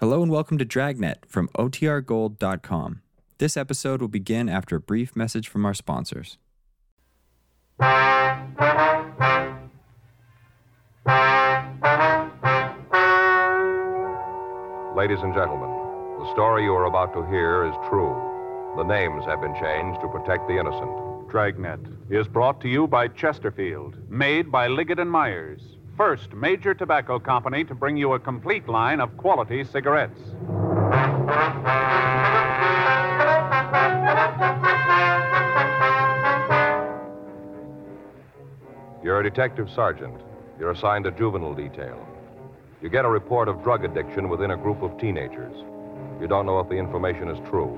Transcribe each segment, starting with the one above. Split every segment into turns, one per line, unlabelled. Hello and welcome to Dragnet from OTRGold.com. This episode will begin after a brief message from our sponsors.
Ladies and gentlemen, the story you are about to hear is true. The names have been changed to protect the innocent.
Dragnet is brought to you by Chesterfield, made by Liggett and Myers, first major tobacco company to bring you a complete line of quality cigarettes.
You're a detective sergeant. You're assigned to juvenile detail. You get a report of drug addiction within a group of teenagers. You don't know if the information is true.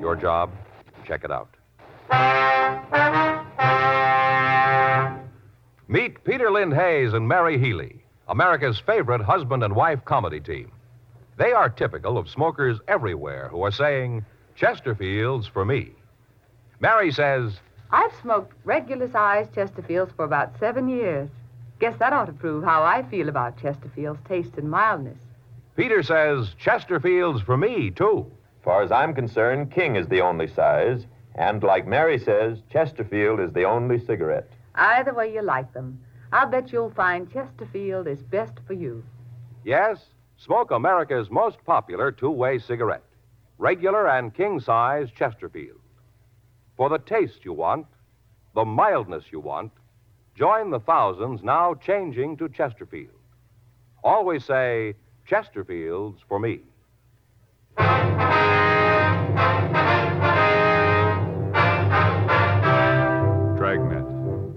Your job? Check it out. Meet Peter Lynn Hayes and Mary Healy, America's favorite husband and wife comedy team. They are typical of smokers everywhere who are saying, Chesterfield's for me. Mary says,
I've smoked regular sized Chesterfields for about seven years. Guess that ought to prove how I feel about Chesterfield's taste and mildness.
Peter says, Chesterfield's for me, too.
Far as I'm concerned, King is the only size, and like Mary says, Chesterfield is the only cigarette.
Either way you like them, I'll bet you'll find Chesterfield is best for you.
Yes, smoke America's most popular two way cigarette regular and king size Chesterfield. For the taste you want, the mildness you want, join the thousands now changing to Chesterfield. Always say, Chesterfield's for me.
Dragnet,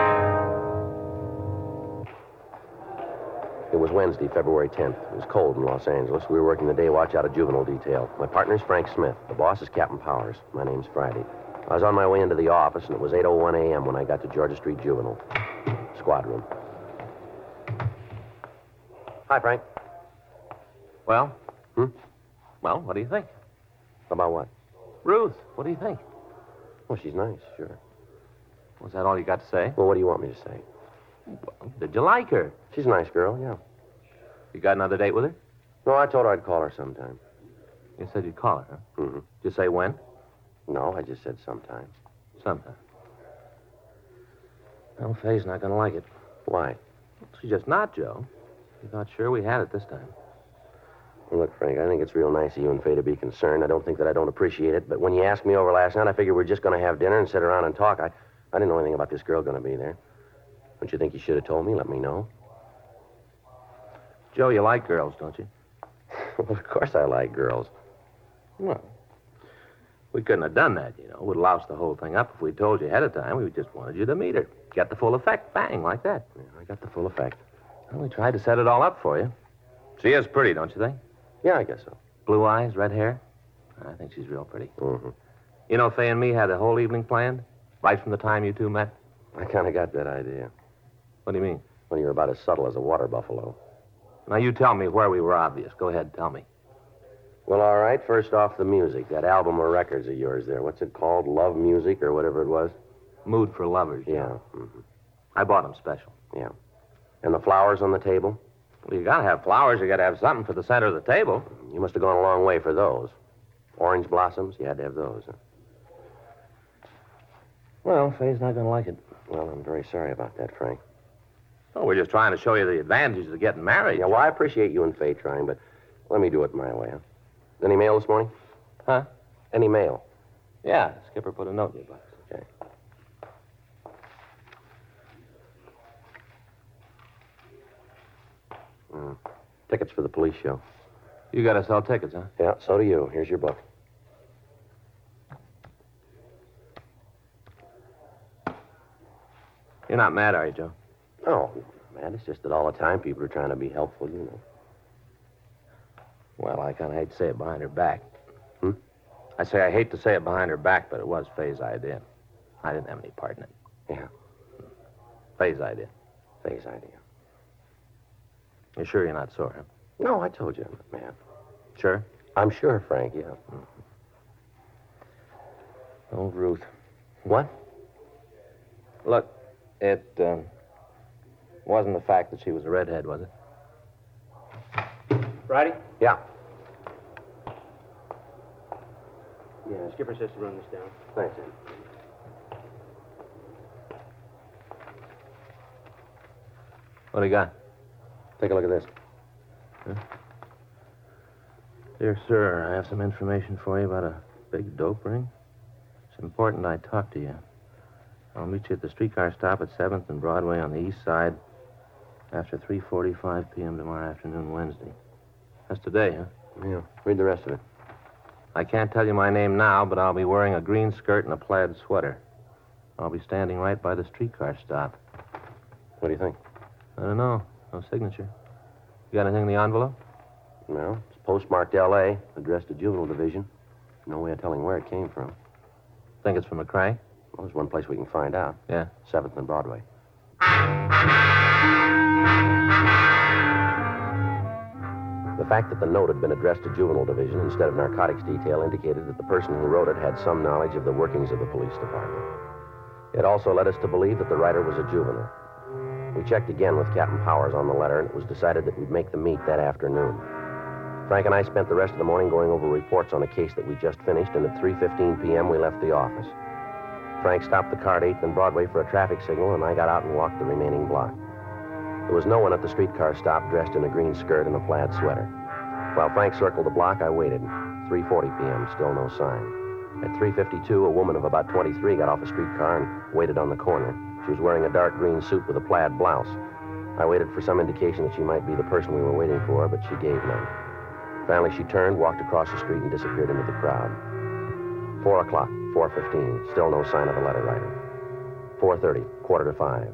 It was Wednesday, February 10th. It was cold in Los Angeles. We were working the day watch out of juvenile detail. My partner's Frank Smith. The boss is Captain Powers. My name's Friday. I was on my way into the office, and it was 8.01 a.m. when I got to Georgia Street Juvenile. Squad room. Hi, Frank.
Well,
Hmm?
well, what do you think?
About what?
Ruth, what do you think?
Well, she's nice, sure.
Was that all you got to say?
Well, what do you want me to say?
Did you like her?
She's a nice girl, yeah.
You got another date with her?
No, I told her I'd call her sometime.
You said you'd call her, huh?
Mm-hmm.
Did you say when?
No, I just said sometime.
Sometime. Well, Faye's not going to like it.
Why?
She's just not, Joe. She's not sure we had it this time.
Well, Look, Frank, I think it's real nice of you and Fay to be concerned. I don't think that I don't appreciate it, but when you asked me over last night, I figured we are just going to have dinner and sit around and talk. I, I didn't know anything about this girl going to be there. Don't you think you should have told me? Let me know.
Joe, you like girls, don't you?
well, of course I like girls.
Well, we couldn't have done that, you know. We'd loused the whole thing up if we told you ahead of time. We just wanted you to meet her. Get the full effect. Bang, like that.
Yeah, I got the full effect.
Well, we tried to set it all up for you. She is pretty, don't you think?
Yeah, I guess so.
Blue eyes, red hair. I think she's real pretty.
Mm-hmm.
You know, Fay and me had the whole evening planned, right from the time you two met.
I kind of got that idea.
What do you mean?
Well, you're about as subtle as a water buffalo.
Now, you tell me where we were obvious. Go ahead, tell me.
Well, all right. First off, the music. That album or records of yours there. What's it called? Love Music or whatever it was?
Mood for lovers. Joe.
Yeah. Mm-hmm.
I bought them special.
And the flowers on the table?
Well, you gotta have flowers. You gotta have something for the center of the table.
You must have gone a long way for those. Orange blossoms, you had to have those. Huh?
Well, Faye's not gonna like it.
Well, I'm very sorry about that, Frank.
Oh, we're just trying to show you the advantages of getting married.
Yeah, well, I appreciate you and Faye trying, but let me do it my way, huh? Any mail this morning?
Huh?
Any mail?
Yeah, Skipper put a note in your box.
Okay. Mm. Tickets for the police show.
You gotta sell tickets, huh?
Yeah, so do you. Here's your book.
You're not mad, are you, Joe?
Oh, man, it's just that all the time people are trying to be helpful, you know.
Well, I kinda hate to say it behind her back.
Hmm?
I say I hate to say it behind her back, but it was Faye's idea. I didn't have any part in it.
Yeah.
Faye's idea.
Face idea.
You're sure you're not sore, huh?
No, I told you I'm not mad.
Sure?
I'm sure, Frank, yeah.
Old Ruth.
What?
Look, it um, wasn't the fact that she was a redhead, was it?
Friday?
Yeah.
Yeah, Skipper says to run this down.
Thanks, Ed.
What do you got?
Take a look at this.
Dear sir, I have some information for you about a big dope ring. It's important I talk to you. I'll meet you at the streetcar stop at 7th and Broadway on the east side after 3.45 p.m. tomorrow afternoon, Wednesday. That's today, huh?
Yeah. Read the rest of it.
I can't tell you my name now, but I'll be wearing a green skirt and a plaid sweater. I'll be standing right by the streetcar stop.
What do you think?
I don't know. No signature. You got anything in the envelope?
Well, it's postmarked L.A., addressed to juvenile division. No way of telling where it came from.
Think it's from a crank?
Well, there's one place we can find out.
Yeah.
Seventh and Broadway. The fact that the note had been addressed to Juvenile Division instead of Narcotics Detail indicated that the person who wrote it had some knowledge of the workings of the police department. It also led us to believe that the writer was a juvenile. We checked again with Captain Powers on the letter, and it was decided that we'd make the meet that afternoon. Frank and I spent the rest of the morning going over reports on a case that we just finished, and at 3.15 p.m. we left the office. Frank stopped the car at 8th and Broadway for a traffic signal, and I got out and walked the remaining block. There was no one at the streetcar stop dressed in a green skirt and a plaid sweater. While Frank circled the block, I waited. 3.40 p.m., still no sign. At 3.52, a woman of about 23 got off a streetcar and waited on the corner. She was wearing a dark green suit with a plaid blouse. I waited for some indication that she might be the person we were waiting for, but she gave none. Finally, she turned, walked across the street, and disappeared into the crowd. 4 o'clock, 4.15, still no sign of the letter writer. 4.30, quarter to 5.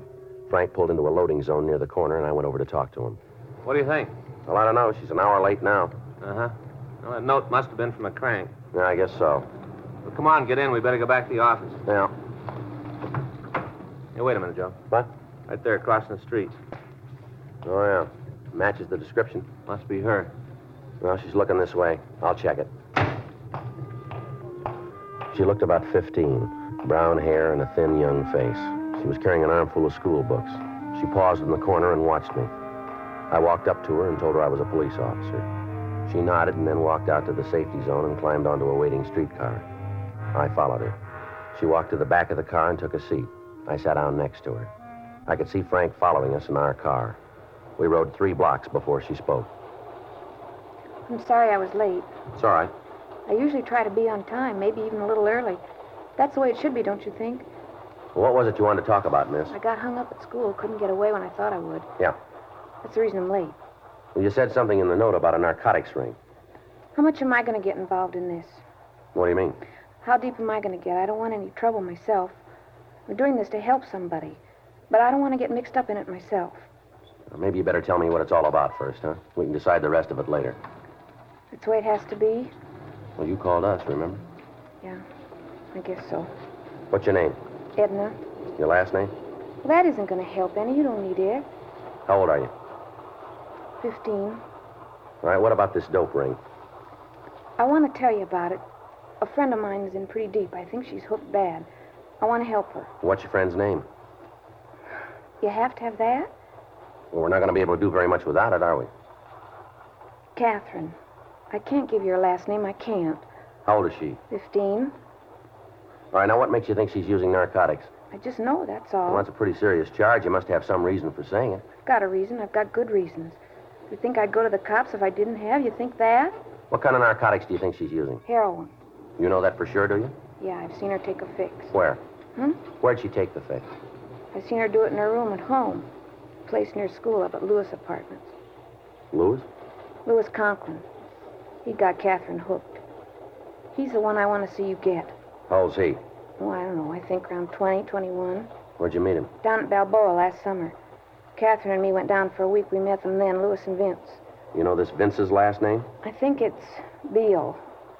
Frank pulled into a loading zone near the corner, and I went over to talk to him.
What do you think?
Well, I don't know. She's an hour late now.
Uh huh. Well, that note must have been from a crank.
Yeah, I guess so.
Well, come on, get in. We better go back to the office.
Now,
Hey, wait a minute, Joe.
what?
Right there, crossing the street.
Oh, yeah. Matches the description.
Must be her.
Well, she's looking this way. I'll check it. She looked about 15, brown hair and a thin young face. She was carrying an armful of school books. She paused in the corner and watched me. I walked up to her and told her I was a police officer. She nodded and then walked out to the safety zone and climbed onto a waiting streetcar. I followed her. She walked to the back of the car and took a seat. I sat down next to her. I could see Frank following us in our car. We rode three blocks before she spoke.
I'm sorry I was late.
It's all right.
I usually try to be on time, maybe even a little early. That's the way it should be, don't you think?
What was it you wanted to talk about, miss?
I got hung up at school, couldn't get away when I thought I would.
Yeah.
That's the reason I'm late.
Well, you said something in the note about a narcotics ring.
How much am I going to get involved in this?
What do you mean?
How deep am I going to get? I don't want any trouble myself. I'm doing this to help somebody, but I don't want to get mixed up in it myself.
Well, maybe you better tell me what it's all about first, huh? We can decide the rest of it later.
That's the way it has to be?
Well, you called us, remember?
Yeah, I guess so.
What's your name?
Edna?
Your last name?
Well, that isn't going to help any. You don't need it.
How old are you?
Fifteen.
All right, what about this dope ring?
I want to tell you about it. A friend of mine is in pretty deep. I think she's hooked bad. I want to help her.
What's your friend's name?
You have to have that?
Well, we're not going to be able to do very much without it, are we?
Catherine. I can't give you her last name. I can't.
How old is she?
Fifteen.
All right, now what makes you think she's using narcotics?
I just know, that's all.
Well, that's a pretty serious charge. You must have some reason for saying it.
I've got a reason. I've got good reasons. You think I'd go to the cops if I didn't have? You think that?
What kind of narcotics do you think she's using?
Heroin.
You know that for sure, do you?
Yeah, I've seen her take a fix.
Where?
Hmm?
Where'd she take the fix?
I've seen her do it in her room at home. A place near school up at Lewis Apartments.
Lewis?
Lewis Conklin. He got Catherine hooked. He's the one I want to see you get.
How old's he?
Oh, I don't know. I think around 20, 21.
Where'd you meet him?
Down at Balboa last summer. Catherine and me went down for a week. We met them then, Lewis and Vince.
You know this Vince's last name?
I think it's Beal.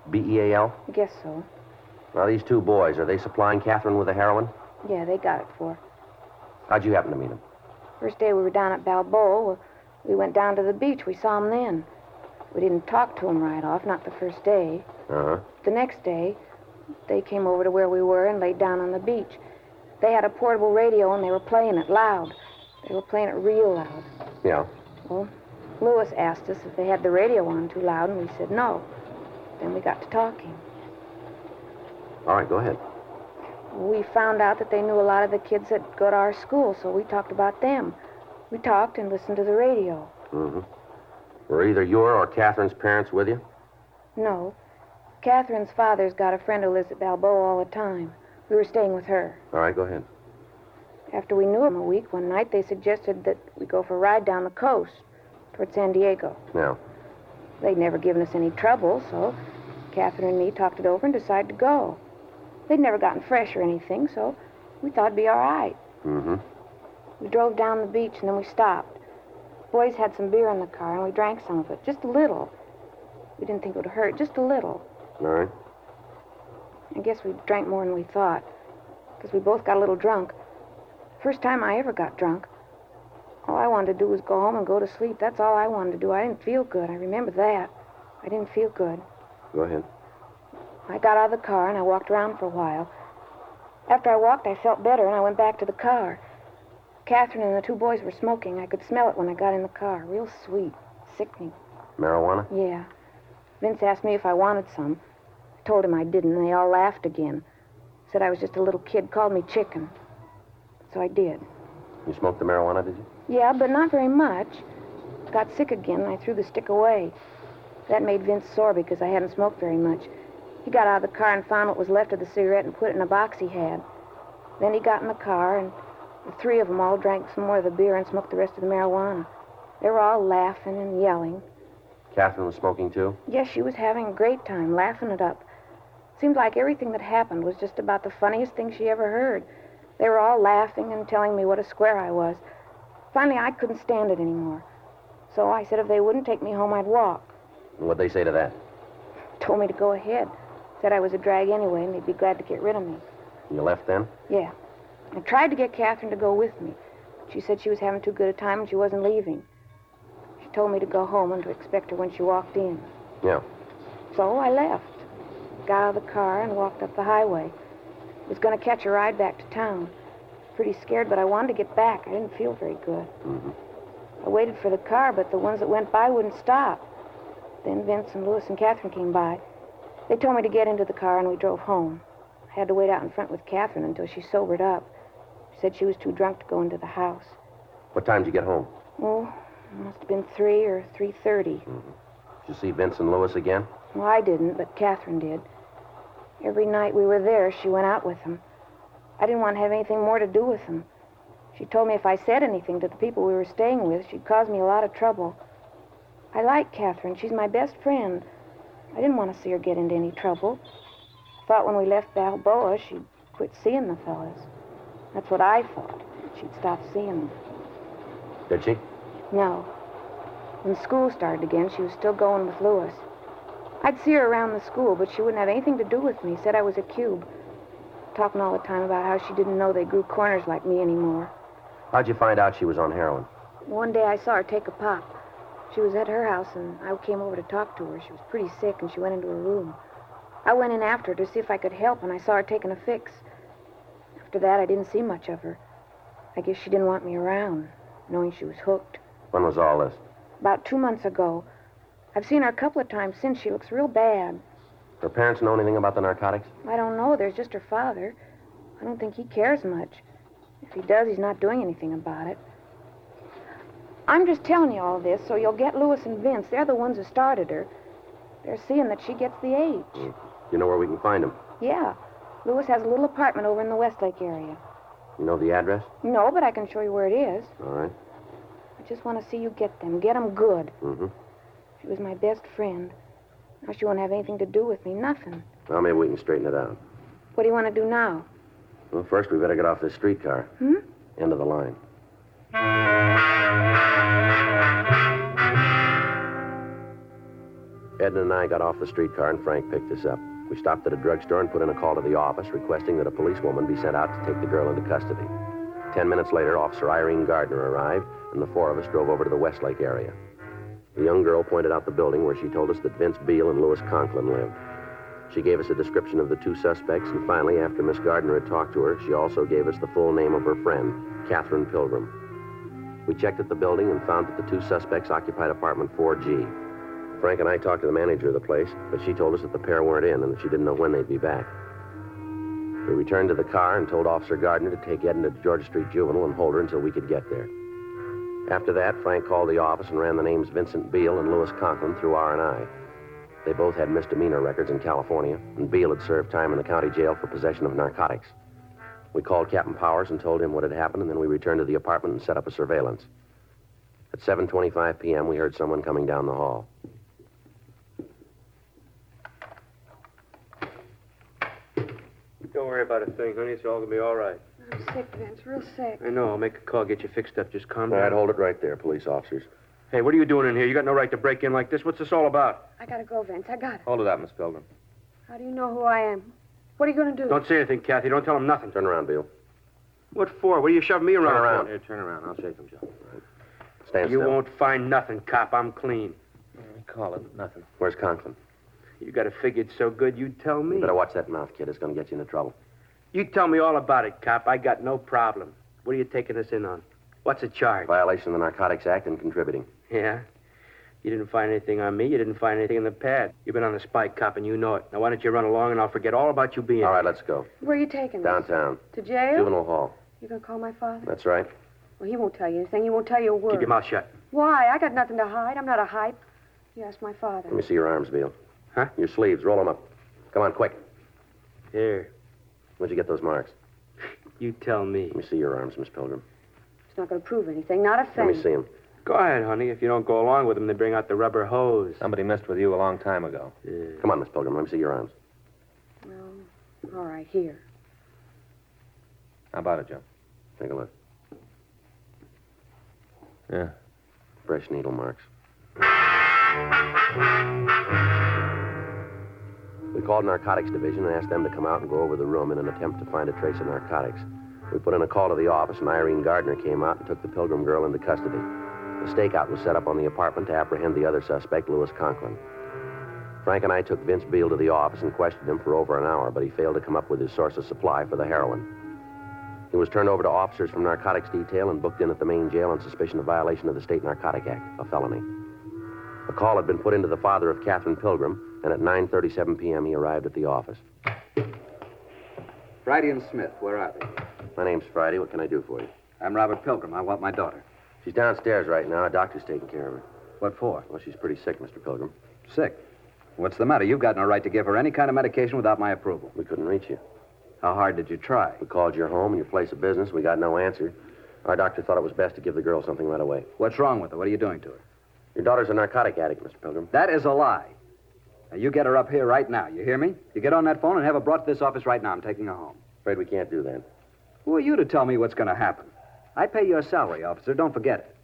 B E A L?
I guess so.
Now, these two boys, are they supplying Catherine with the heroin?
Yeah, they got it for. her.
How'd you happen to meet them?
First day we were down at Balboa, we went down to the beach. We saw him then. We didn't talk to him right off, not the first day.
Uh huh.
The next day, they came over to where we were and laid down on the beach. They had a portable radio and they were playing it loud. They were playing it real loud.
Yeah.
Well, Lewis asked us if they had the radio on too loud, and we said no. Then we got to talking.
All right, go ahead.
We found out that they knew a lot of the kids that go to our school, so we talked about them. We talked and listened to the radio.
Mm-hmm. Were either your or Catherine's parents with you?
No. Catherine's father's got a friend who lives at Balboa all the time. We were staying with her.
All right, go ahead.
After we knew him a week, one night they suggested that we go for a ride down the coast toward San Diego.
Now,
They'd never given us any trouble, so Catherine and me talked it over and decided to go. They'd never gotten fresh or anything, so we thought it'd be all right.
mm-hmm.
We drove down the beach and then we stopped. The boys had some beer in the car and we drank some of it, just a little. We didn't think it would hurt, just a little.
All right.
I guess we drank more than we thought, because we both got a little drunk. First time I ever got drunk. All I wanted to do was go home and go to sleep. That's all I wanted to do. I didn't feel good. I remember that. I didn't feel good.
Go ahead.
I got out of the car and I walked around for a while. After I walked, I felt better and I went back to the car. Catherine and the two boys were smoking. I could smell it when I got in the car. Real sweet. Sickening.
Marijuana?
Yeah. Vince asked me if I wanted some. I told him I didn't, and they all laughed again. Said I was just a little kid, called me chicken. So I did.
You smoked the marijuana, did you?
Yeah, but not very much. Got sick again, and I threw the stick away. That made Vince sore because I hadn't smoked very much. He got out of the car and found what was left of the cigarette and put it in a box he had. Then he got in the car, and the three of them all drank some more of the beer and smoked the rest of the marijuana. They were all laughing and yelling.
Catherine was smoking too?
Yes, she was having a great time, laughing it up. Seemed like everything that happened was just about the funniest thing she ever heard. They were all laughing and telling me what a square I was. Finally, I couldn't stand it anymore. So I said if they wouldn't take me home, I'd walk.
And what'd they say to that?
Told me to go ahead. Said I was a drag anyway, and they'd be glad to get rid of me.
You left then?
Yeah. I tried to get Catherine to go with me. She said she was having too good a time and she wasn't leaving. She told me to go home and to expect her when she walked in.
Yeah.
So I left. Got out of the car and walked up the highway. Was going to catch a ride back to town. Pretty scared, but I wanted to get back. I didn't feel very good.
Mm-hmm.
I waited for the car, but the ones that went by wouldn't stop. Then Vince and Lewis and Catherine came by. They told me to get into the car, and we drove home. I had to wait out in front with Catherine until she sobered up. She said she was too drunk to go into the house.
What time did you get home?
Oh, it must have been three or three thirty.
Did you see Vince and Lewis again?
Well, I didn't, but Catherine did. Every night we were there, she went out with them. I didn't want to have anything more to do with them. She told me if I said anything to the people we were staying with, she'd cause me a lot of trouble. I like Catherine. She's my best friend. I didn't want to see her get into any trouble. I thought when we left Balboa, she'd quit seeing the fellas. That's what I thought. She'd stop seeing them.
Did she?
No. When school started again, she was still going with Lewis. I'd see her around the school, but she wouldn't have anything to do with me. Said I was a cube. Talking all the time about how she didn't know they grew corners like me anymore.
How'd you find out she was on heroin?
One day I saw her take a pop. She was at her house, and I came over to talk to her. She was pretty sick, and she went into her room. I went in after her to see if I could help, and I saw her taking a fix. After that, I didn't see much of her. I guess she didn't want me around, knowing she was hooked.
When was all this?
About two months ago. I've seen her a couple of times since. She looks real bad.
Her parents know anything about the narcotics?
I don't know. There's just her father. I don't think he cares much. If he does, he's not doing anything about it. I'm just telling you all this so you'll get Lewis and Vince. They're the ones who started her. They're seeing that she gets the H.
You know where we can find them?
Yeah. Lewis has a little apartment over in the Westlake area.
You know the address?
No, but I can show you where it is.
All right.
I just want to see you get them. Get them good.
Mm-hmm.
She was my best friend. Now she won't have anything to do with me. Nothing.
Well, maybe we can straighten it out.
What do you want to do now?
Well, first we better get off this streetcar.
Hmm?
End of the line. Edna and I got off the streetcar and Frank picked us up. We stopped at a drugstore and put in a call to the office requesting that a policewoman be sent out to take the girl into custody. Ten minutes later, Officer Irene Gardner arrived, and the four of us drove over to the Westlake area. The young girl pointed out the building where she told us that Vince Beale and Louis Conklin lived. She gave us a description of the two suspects, and finally, after Miss Gardner had talked to her, she also gave us the full name of her friend, Catherine Pilgrim. We checked at the building and found that the two suspects occupied apartment 4G. Frank and I talked to the manager of the place, but she told us that the pair weren't in and that she didn't know when they'd be back. We returned to the car and told Officer Gardner to take Edna to Georgia Street Juvenile and hold her until we could get there. After that, Frank called the office and ran the names Vincent Beale and Louis Conklin through R&I. They both had misdemeanor records in California, and Beale had served time in the county jail for possession of narcotics. We called Captain Powers and told him what had happened, and then we returned to the apartment and set up a surveillance. At 7:25 p.m., we heard someone coming down the hall.
Don't worry about a thing, honey. It's all gonna be all right.
I'm sick, Vince, real sick.
I know. I'll make a call, get you fixed up. Just calm
All
down.
right, hold it right there, police officers.
Hey, what are you doing in here? You got no right to break in like this. What's this all about?
I gotta go, Vince. I gotta.
Hold it up, Miss Pilgrim.
How do you know who I am? What are you gonna do?
Don't say anything, Kathy. Don't tell him nothing.
Turn around, Beale.
What for? What are you shoving me around?
Turn around.
For? Here, turn around. I'll shake him, Joe.
Stand
You
still.
won't find nothing, cop. I'm clean.
Call it nothing.
Where's Conklin?
You got it figured so good, you tell me.
You better watch that mouth, kid. It's going to get you into trouble.
You tell me all about it, cop. I got no problem. What are you taking us in on? What's the charge?
Violation of the Narcotics Act and contributing.
Yeah? You didn't find anything on me. You didn't find anything in the pad. You've been on the spike, cop, and you know it. Now, why don't you run along and I'll forget all about you being
All right, let's go.
Where are you taking me?
Downtown.
To jail?
Juvenile Hall.
You gonna call my father?
That's right.
Well, he won't tell you anything. He won't tell you a word.
Keep your mouth shut.
Why? I got nothing to hide. I'm not a hype. You ask my father.
Let me see your arms, Beale.
Huh?
Your sleeves. Roll them up. Come on, quick.
Here.
Where'd you get those marks?
You tell me.
Let me see your arms, Miss Pilgrim.
It's not gonna prove anything. Not a thing.
Let me see them.
Go ahead, honey. If you don't go along with them, they bring out the rubber hose.
Uh,
Somebody messed with you a long time ago.
Yeah.
Come on, Miss Pilgrim. Let me see your arms.
Well, all right, here.
How about it, Joe?
Take a look.
Yeah.
Fresh needle marks. We called narcotics division and asked them to come out and go over the room in an attempt to find a trace of narcotics. We put in a call to the office, and Irene Gardner came out and took the Pilgrim girl into custody. A stakeout was set up on the apartment to apprehend the other suspect, Louis Conklin. Frank and I took Vince Beale to the office and questioned him for over an hour, but he failed to come up with his source of supply for the heroin. He was turned over to officers from narcotics detail and booked in at the main jail on suspicion of violation of the State Narcotic Act, a felony. A call had been put into the father of Catherine Pilgrim, and at 9:37 p.m. he arrived at the office.
Friday and Smith, where are they?
My name's Friday. What can I do for you?
I'm Robert Pilgrim. I want my daughter.
She's downstairs right now. A doctor's taking care of her.
What for?
Well, she's pretty sick, Mr. Pilgrim.
Sick. What's the matter? You've got no right to give her any kind of medication without my approval.
We couldn't reach you.
How hard did you try?
We called your home and your place of business. We got no answer. Our doctor thought it was best to give the girl something right away.
What's wrong with her? What are you doing to her?
Your daughter's a narcotic addict, Mr. Pilgrim.
That is a lie. Now, you get her up here right now. You hear me? You get on that phone and have her brought to this office right now. I'm taking her home.
Afraid we can't do that.
Who are you to tell me what's going to happen? I pay your salary, officer. Don't forget it.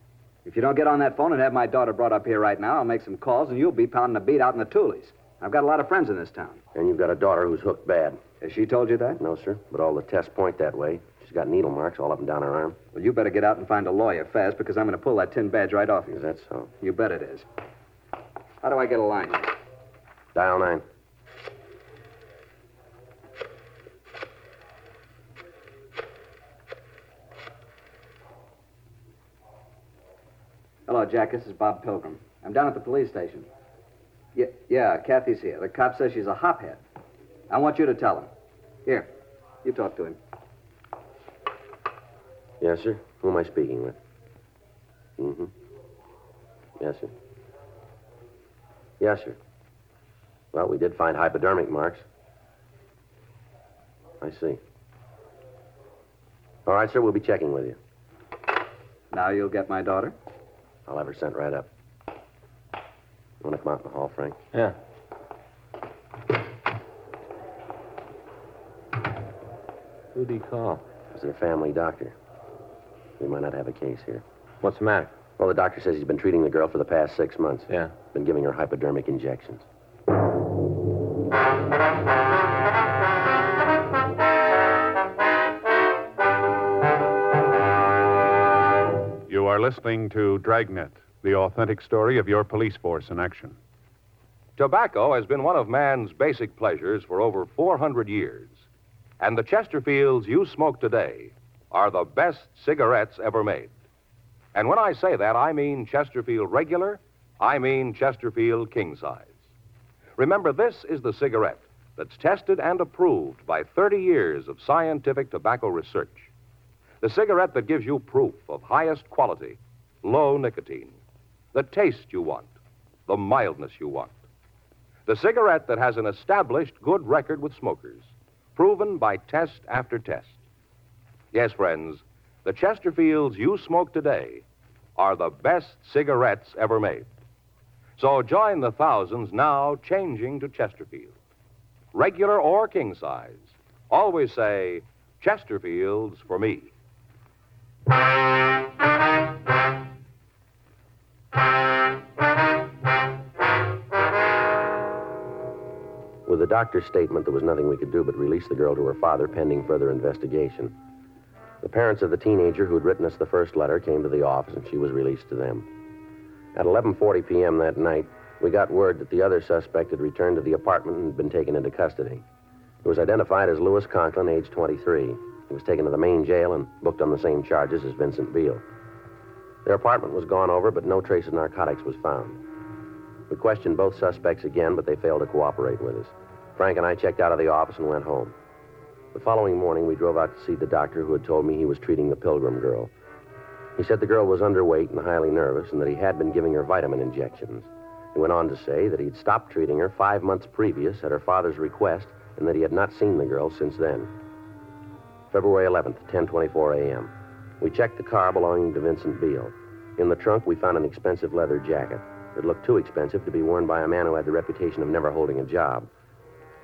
If you don't get on that phone and have my daughter brought up here right now, I'll make some calls and you'll be pounding a beat out in the Toolies. I've got a lot of friends in this town.
And you've got a daughter who's hooked bad.
Has she told you that?
No, sir. But all the tests point that way. She's got needle marks all up and down her arm.
Well, you better get out and find a lawyer fast because I'm going to pull that tin badge right off you.
Is that so?
You bet it is. How do I get a line?
Dial nine.
Hello, Jack. This is Bob Pilgrim. I'm down at the police station. Yeah, yeah, Kathy's here. The cop says she's a hophead. I want you to tell him. Here, you talk to him.
Yes, sir. Who am I speaking with? Mm-hmm. Yes, sir. Yes, sir. Well, we did find hypodermic marks. I see. All right, sir. We'll be checking with you.
Now you'll get my daughter.
I'll have her sent right up. You want to come out in the hall, Frank?
Yeah. Who'd he call?
It was their family doctor. We might not have a case here.
What's the matter?
Well, the doctor says he's been treating the girl for the past six months.
Yeah.
Been giving her hypodermic injections.
are listening to Dragnet, the authentic story of your police force in action.
Tobacco has been one of man's basic pleasures for over 400 years. And the Chesterfields you smoke today are the best cigarettes ever made. And when I say that, I mean Chesterfield regular, I mean Chesterfield king size. Remember, this is the cigarette that's tested and approved by 30 years of scientific tobacco research. The cigarette that gives you proof of highest quality, low nicotine, the taste you want, the mildness you want. The cigarette that has an established good record with smokers, proven by test after test. Yes, friends, the Chesterfields you smoke today are the best cigarettes ever made. So join the thousands now changing to Chesterfield. Regular or king size, always say Chesterfields for me.
With the doctor's statement, there was nothing we could do but release the girl to her father pending further investigation. The parents of the teenager who had written us the first letter came to the office, and she was released to them. At 11:40 p.m. that night, we got word that the other suspect had returned to the apartment and had been taken into custody. He was identified as Lewis Conklin, age 23. He was taken to the main jail and booked on the same charges as Vincent Beale. Their apartment was gone over, but no trace of narcotics was found. We questioned both suspects again, but they failed to cooperate with us. Frank and I checked out of the office and went home. The following morning, we drove out to see the doctor who had told me he was treating the Pilgrim girl. He said the girl was underweight and highly nervous, and that he had been giving her vitamin injections. He went on to say that he'd stopped treating her five months previous at her father's request, and that he had not seen the girl since then. February 11th, 10:24 a.m. We checked the car belonging to Vincent Beale. In the trunk, we found an expensive leather jacket. It looked too expensive to be worn by a man who had the reputation of never holding a job.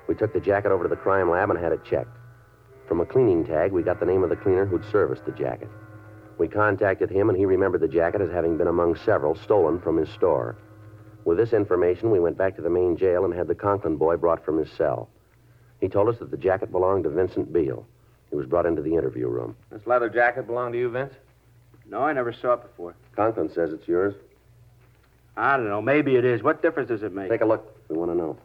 We took the jacket over to the crime lab and had it checked. From a cleaning tag, we got the name of the cleaner who'd serviced the jacket. We contacted him, and he remembered the jacket as having been among several stolen from his store. With this information, we went back to the main jail and had the Conklin boy brought from his cell. He told us that the jacket belonged to Vincent Beale. He was brought into the interview room.
This leather jacket belonged to you, Vince?
No, I never saw it before.
Conklin says it's yours.
I don't know. Maybe it is. What difference does it make?
Take a look. We want to know.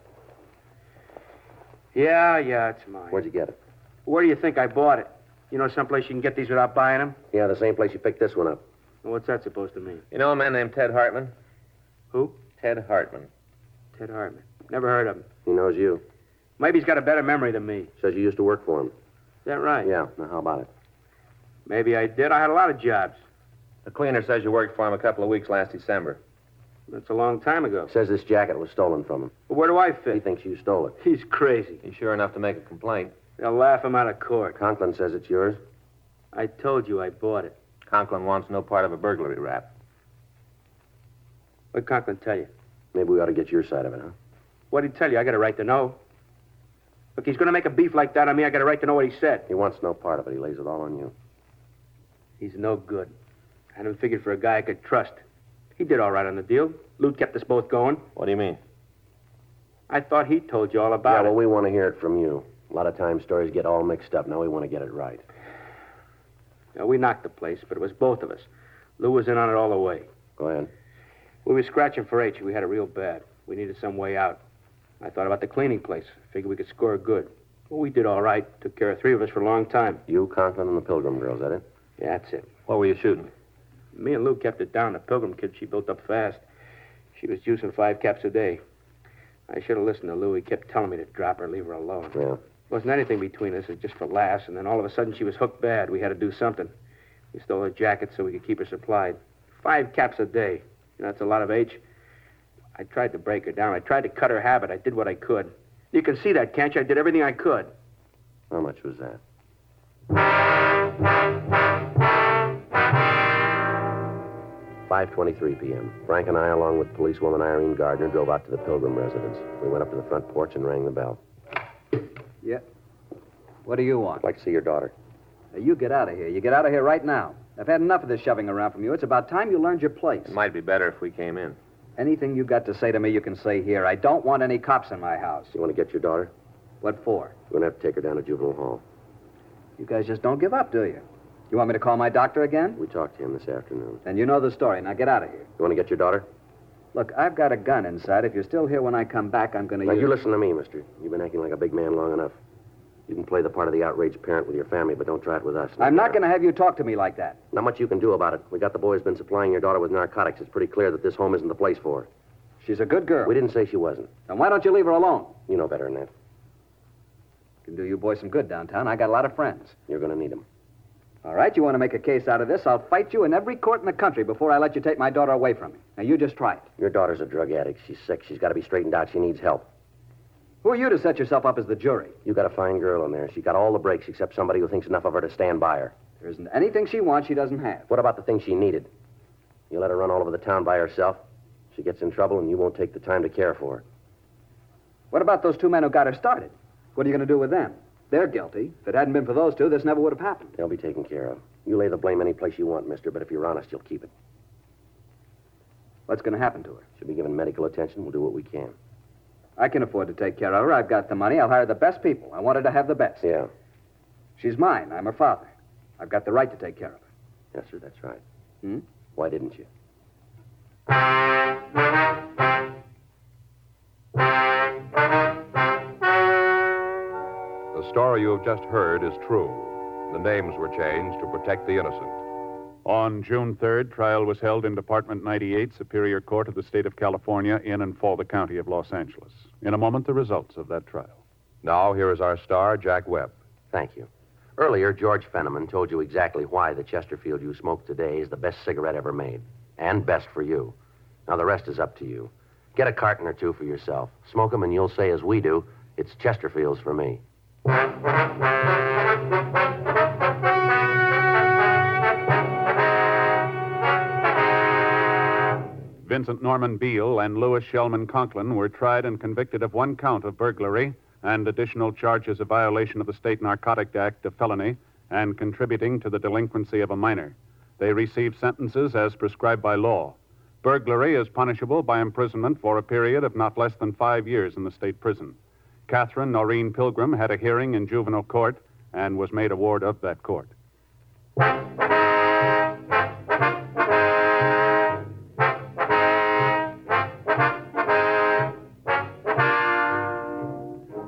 Yeah, yeah, it's mine.
Where'd you get it?
Where do you think I bought it? You know someplace you can get these without buying them?
Yeah, the same place you picked this one up.
What's that supposed to mean?
You know a man named Ted Hartman?
Who?
Ted Hartman.
Ted Hartman. Never heard of him.
He knows you.
Maybe he's got a better memory than me.
Says you used to work for him.
Is that right?
Yeah. Now, how about it?
Maybe I did. I had a lot of jobs.
The cleaner says you worked for him a couple of weeks last December.
That's a long time ago.
Says this jacket was stolen from him.
But where do I
He
fit?
thinks you stole it.
He's crazy.
He's sure enough to make a complaint.
They'll laugh him out of court.
Conklin says it's yours.
I told you I bought it.
Conklin wants no part of a burglary rap.
What Conklin tell you?
Maybe we ought to get your side of it, huh?
What'd he tell you? I got a right to know. Look, he's gonna make a beef like that on me. I got a right to know what he said.
He wants no part of it. He lays it all on you.
He's no good. I had him figured for a guy I could trust. He did all right on the deal. Lute kept us both going.
What do you mean?
I thought he told you all
yeah,
about
well,
it.
we want to hear it from you. A lot of times stories get all mixed up. Now we want to get it right.
Now, we knocked the place, but it was both of us. Lou was in on it all the way.
Go ahead.
We were scratching for H. We had it real bad. We needed some way out. I thought about the cleaning place. Figured we could score good. Well, we did all right. Took care of three of us for a long time.
You, Conklin, and the Pilgrim girl, is that it?
Yeah, that's it.
What were you shooting?
Me and Lou kept it down. The Pilgrim kid, she built up fast. She was juicing five caps a day. I should have listened to Lou. He kept telling me to drop her, leave her alone.
Yeah.
Wasn't anything between us. It was just for laughs. And then all of a sudden, she was hooked bad. We had to do something. We stole her jacket so we could keep her supplied. Five caps a day. You know, that's a lot of H. I tried to break her down. I tried to cut her habit. I did what I could. You can see that, can't you? I did everything I could.
How much was that? Five twenty-three p.m. Frank and I, along with policewoman Irene Gardner, drove out to the Pilgrim residence. We went up to the front porch and rang the bell.
What do you want?
I'd like to see your daughter.
Now, you get out of here. You get out of here right now. I've had enough of this shoving around from you. It's about time you learned your place.
It might be better if we came in.
Anything you got to say to me, you can say here. I don't want any cops in my house.
You want to get your daughter?
What for?
We're gonna have to take her down to juvenile hall.
You guys just don't give up, do you? You want me to call my doctor again?
We talked to him this afternoon.
Then you know the story. Now get out of here.
You want to get your daughter?
Look, I've got a gun inside. If you're still here when I come back, I'm going to
Now,
use.
you listen to me, mister. You've been acting like a big man long enough. You can play the part of the outraged parent with your family, but don't try it with us.
I'm not going to have you talk to me like that.
Not much you can do about it. We got the boys been supplying your daughter with narcotics. It's pretty clear that this home isn't the place for her.
She's a good girl.
We didn't say she wasn't.
Then why don't you leave her alone?
You know better than that.
Can do you boys some good downtown. I got a lot of friends.
You're going to need them.
All right, you want to make a case out of this? I'll fight you in every court in the country before I let you take my daughter away from me. Now you just try it.
Your daughter's a drug addict. She's sick. She's got to be straightened out. She needs help.
Who are you to set yourself up as the jury?
You got a fine girl in there. She's got all the breaks except somebody who thinks enough of her to stand by her.
There isn't anything she wants she doesn't have.
What about the thing she needed? You let her run all over the town by herself. She gets in trouble, and you won't take the time to care for her.
What about those two men who got her started? What are you going to do with them? They're guilty. If it hadn't been for those two, this never would have happened.
They'll be taken care of. You lay the blame any place you want, mister, but if you're honest, you'll keep it.
What's going to happen to her?
She'll be given medical attention. We'll do what we can.
I can afford to take care of her. I've got the money. I'll hire the best people. I want her to have the best.
Yeah.
She's mine. I'm her father. I've got the right to take care of her.
Yes, sir, that's right.
Hmm?
Why didn't you?
The story you have just heard is true. The names were changed to protect the innocent.
On June 3rd, trial was held in Department 98, Superior Court of the State of California, in and for the County of Los Angeles. In a moment, the results of that trial.
Now, here is our star, Jack Webb.
Thank you. Earlier, George Fenneman told you exactly why the Chesterfield you smoke today is the best cigarette ever made, and best for you. Now, the rest is up to you. Get a carton or two for yourself. Smoke 'em and you'll say, as we do, it's Chesterfield's for me.
Vincent Norman Beale and Louis Shellman Conklin were tried and convicted of one count of burglary and additional charges of violation of the State Narcotic Act of felony and contributing to the delinquency of a minor. They received sentences as prescribed by law. Burglary is punishable by imprisonment for a period of not less than five years in the state prison. Catherine Noreen Pilgrim had a hearing in juvenile court and was made a ward of that court.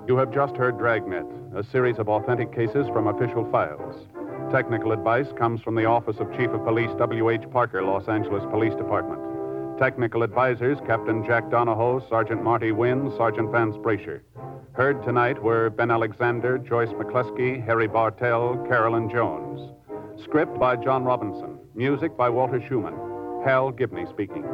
You have just heard Dragnet, a series of authentic cases from official files. Technical advice comes from the Office of Chief of Police W.H. Parker, Los Angeles Police Department. Technical advisors Captain Jack Donahoe, Sergeant Marty Wynn, Sergeant Vance Brasher. Heard tonight were Ben Alexander, Joyce McCluskey, Harry Bartell, Carolyn Jones. Script by John Robinson. Music by Walter Schumann. Hal Gibney speaking.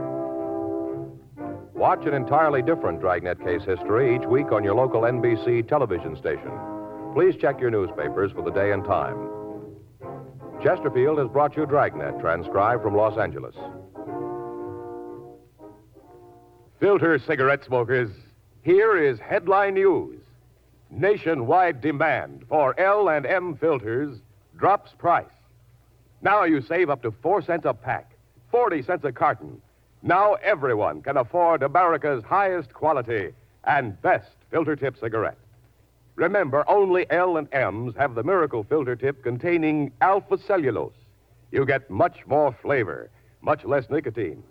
Watch an entirely different Dragnet case history each week on your local NBC television station. Please check your newspapers for the day and time. Chesterfield has brought you Dragnet, transcribed from Los Angeles. Filter cigarette smokers, here is headline news. Nationwide demand for L and M filters drops price. Now you save up to 4 cents a pack, 40 cents a carton. Now everyone can afford America's highest quality and best filter tip cigarette. Remember, only L and M's have the miracle filter tip containing alpha cellulose. You get much more flavor, much less nicotine.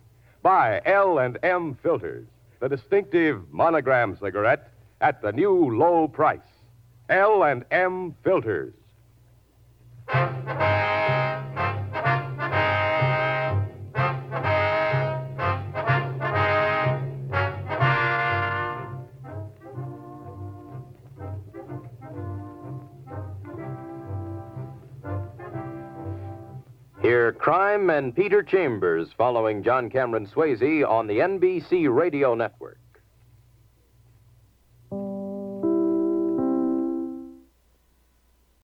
Buy L and M filters, the distinctive monogram cigarette at the new low price. L and M filters.
Hear Crime and Peter Chambers following John Cameron Swayze on the NBC Radio Network.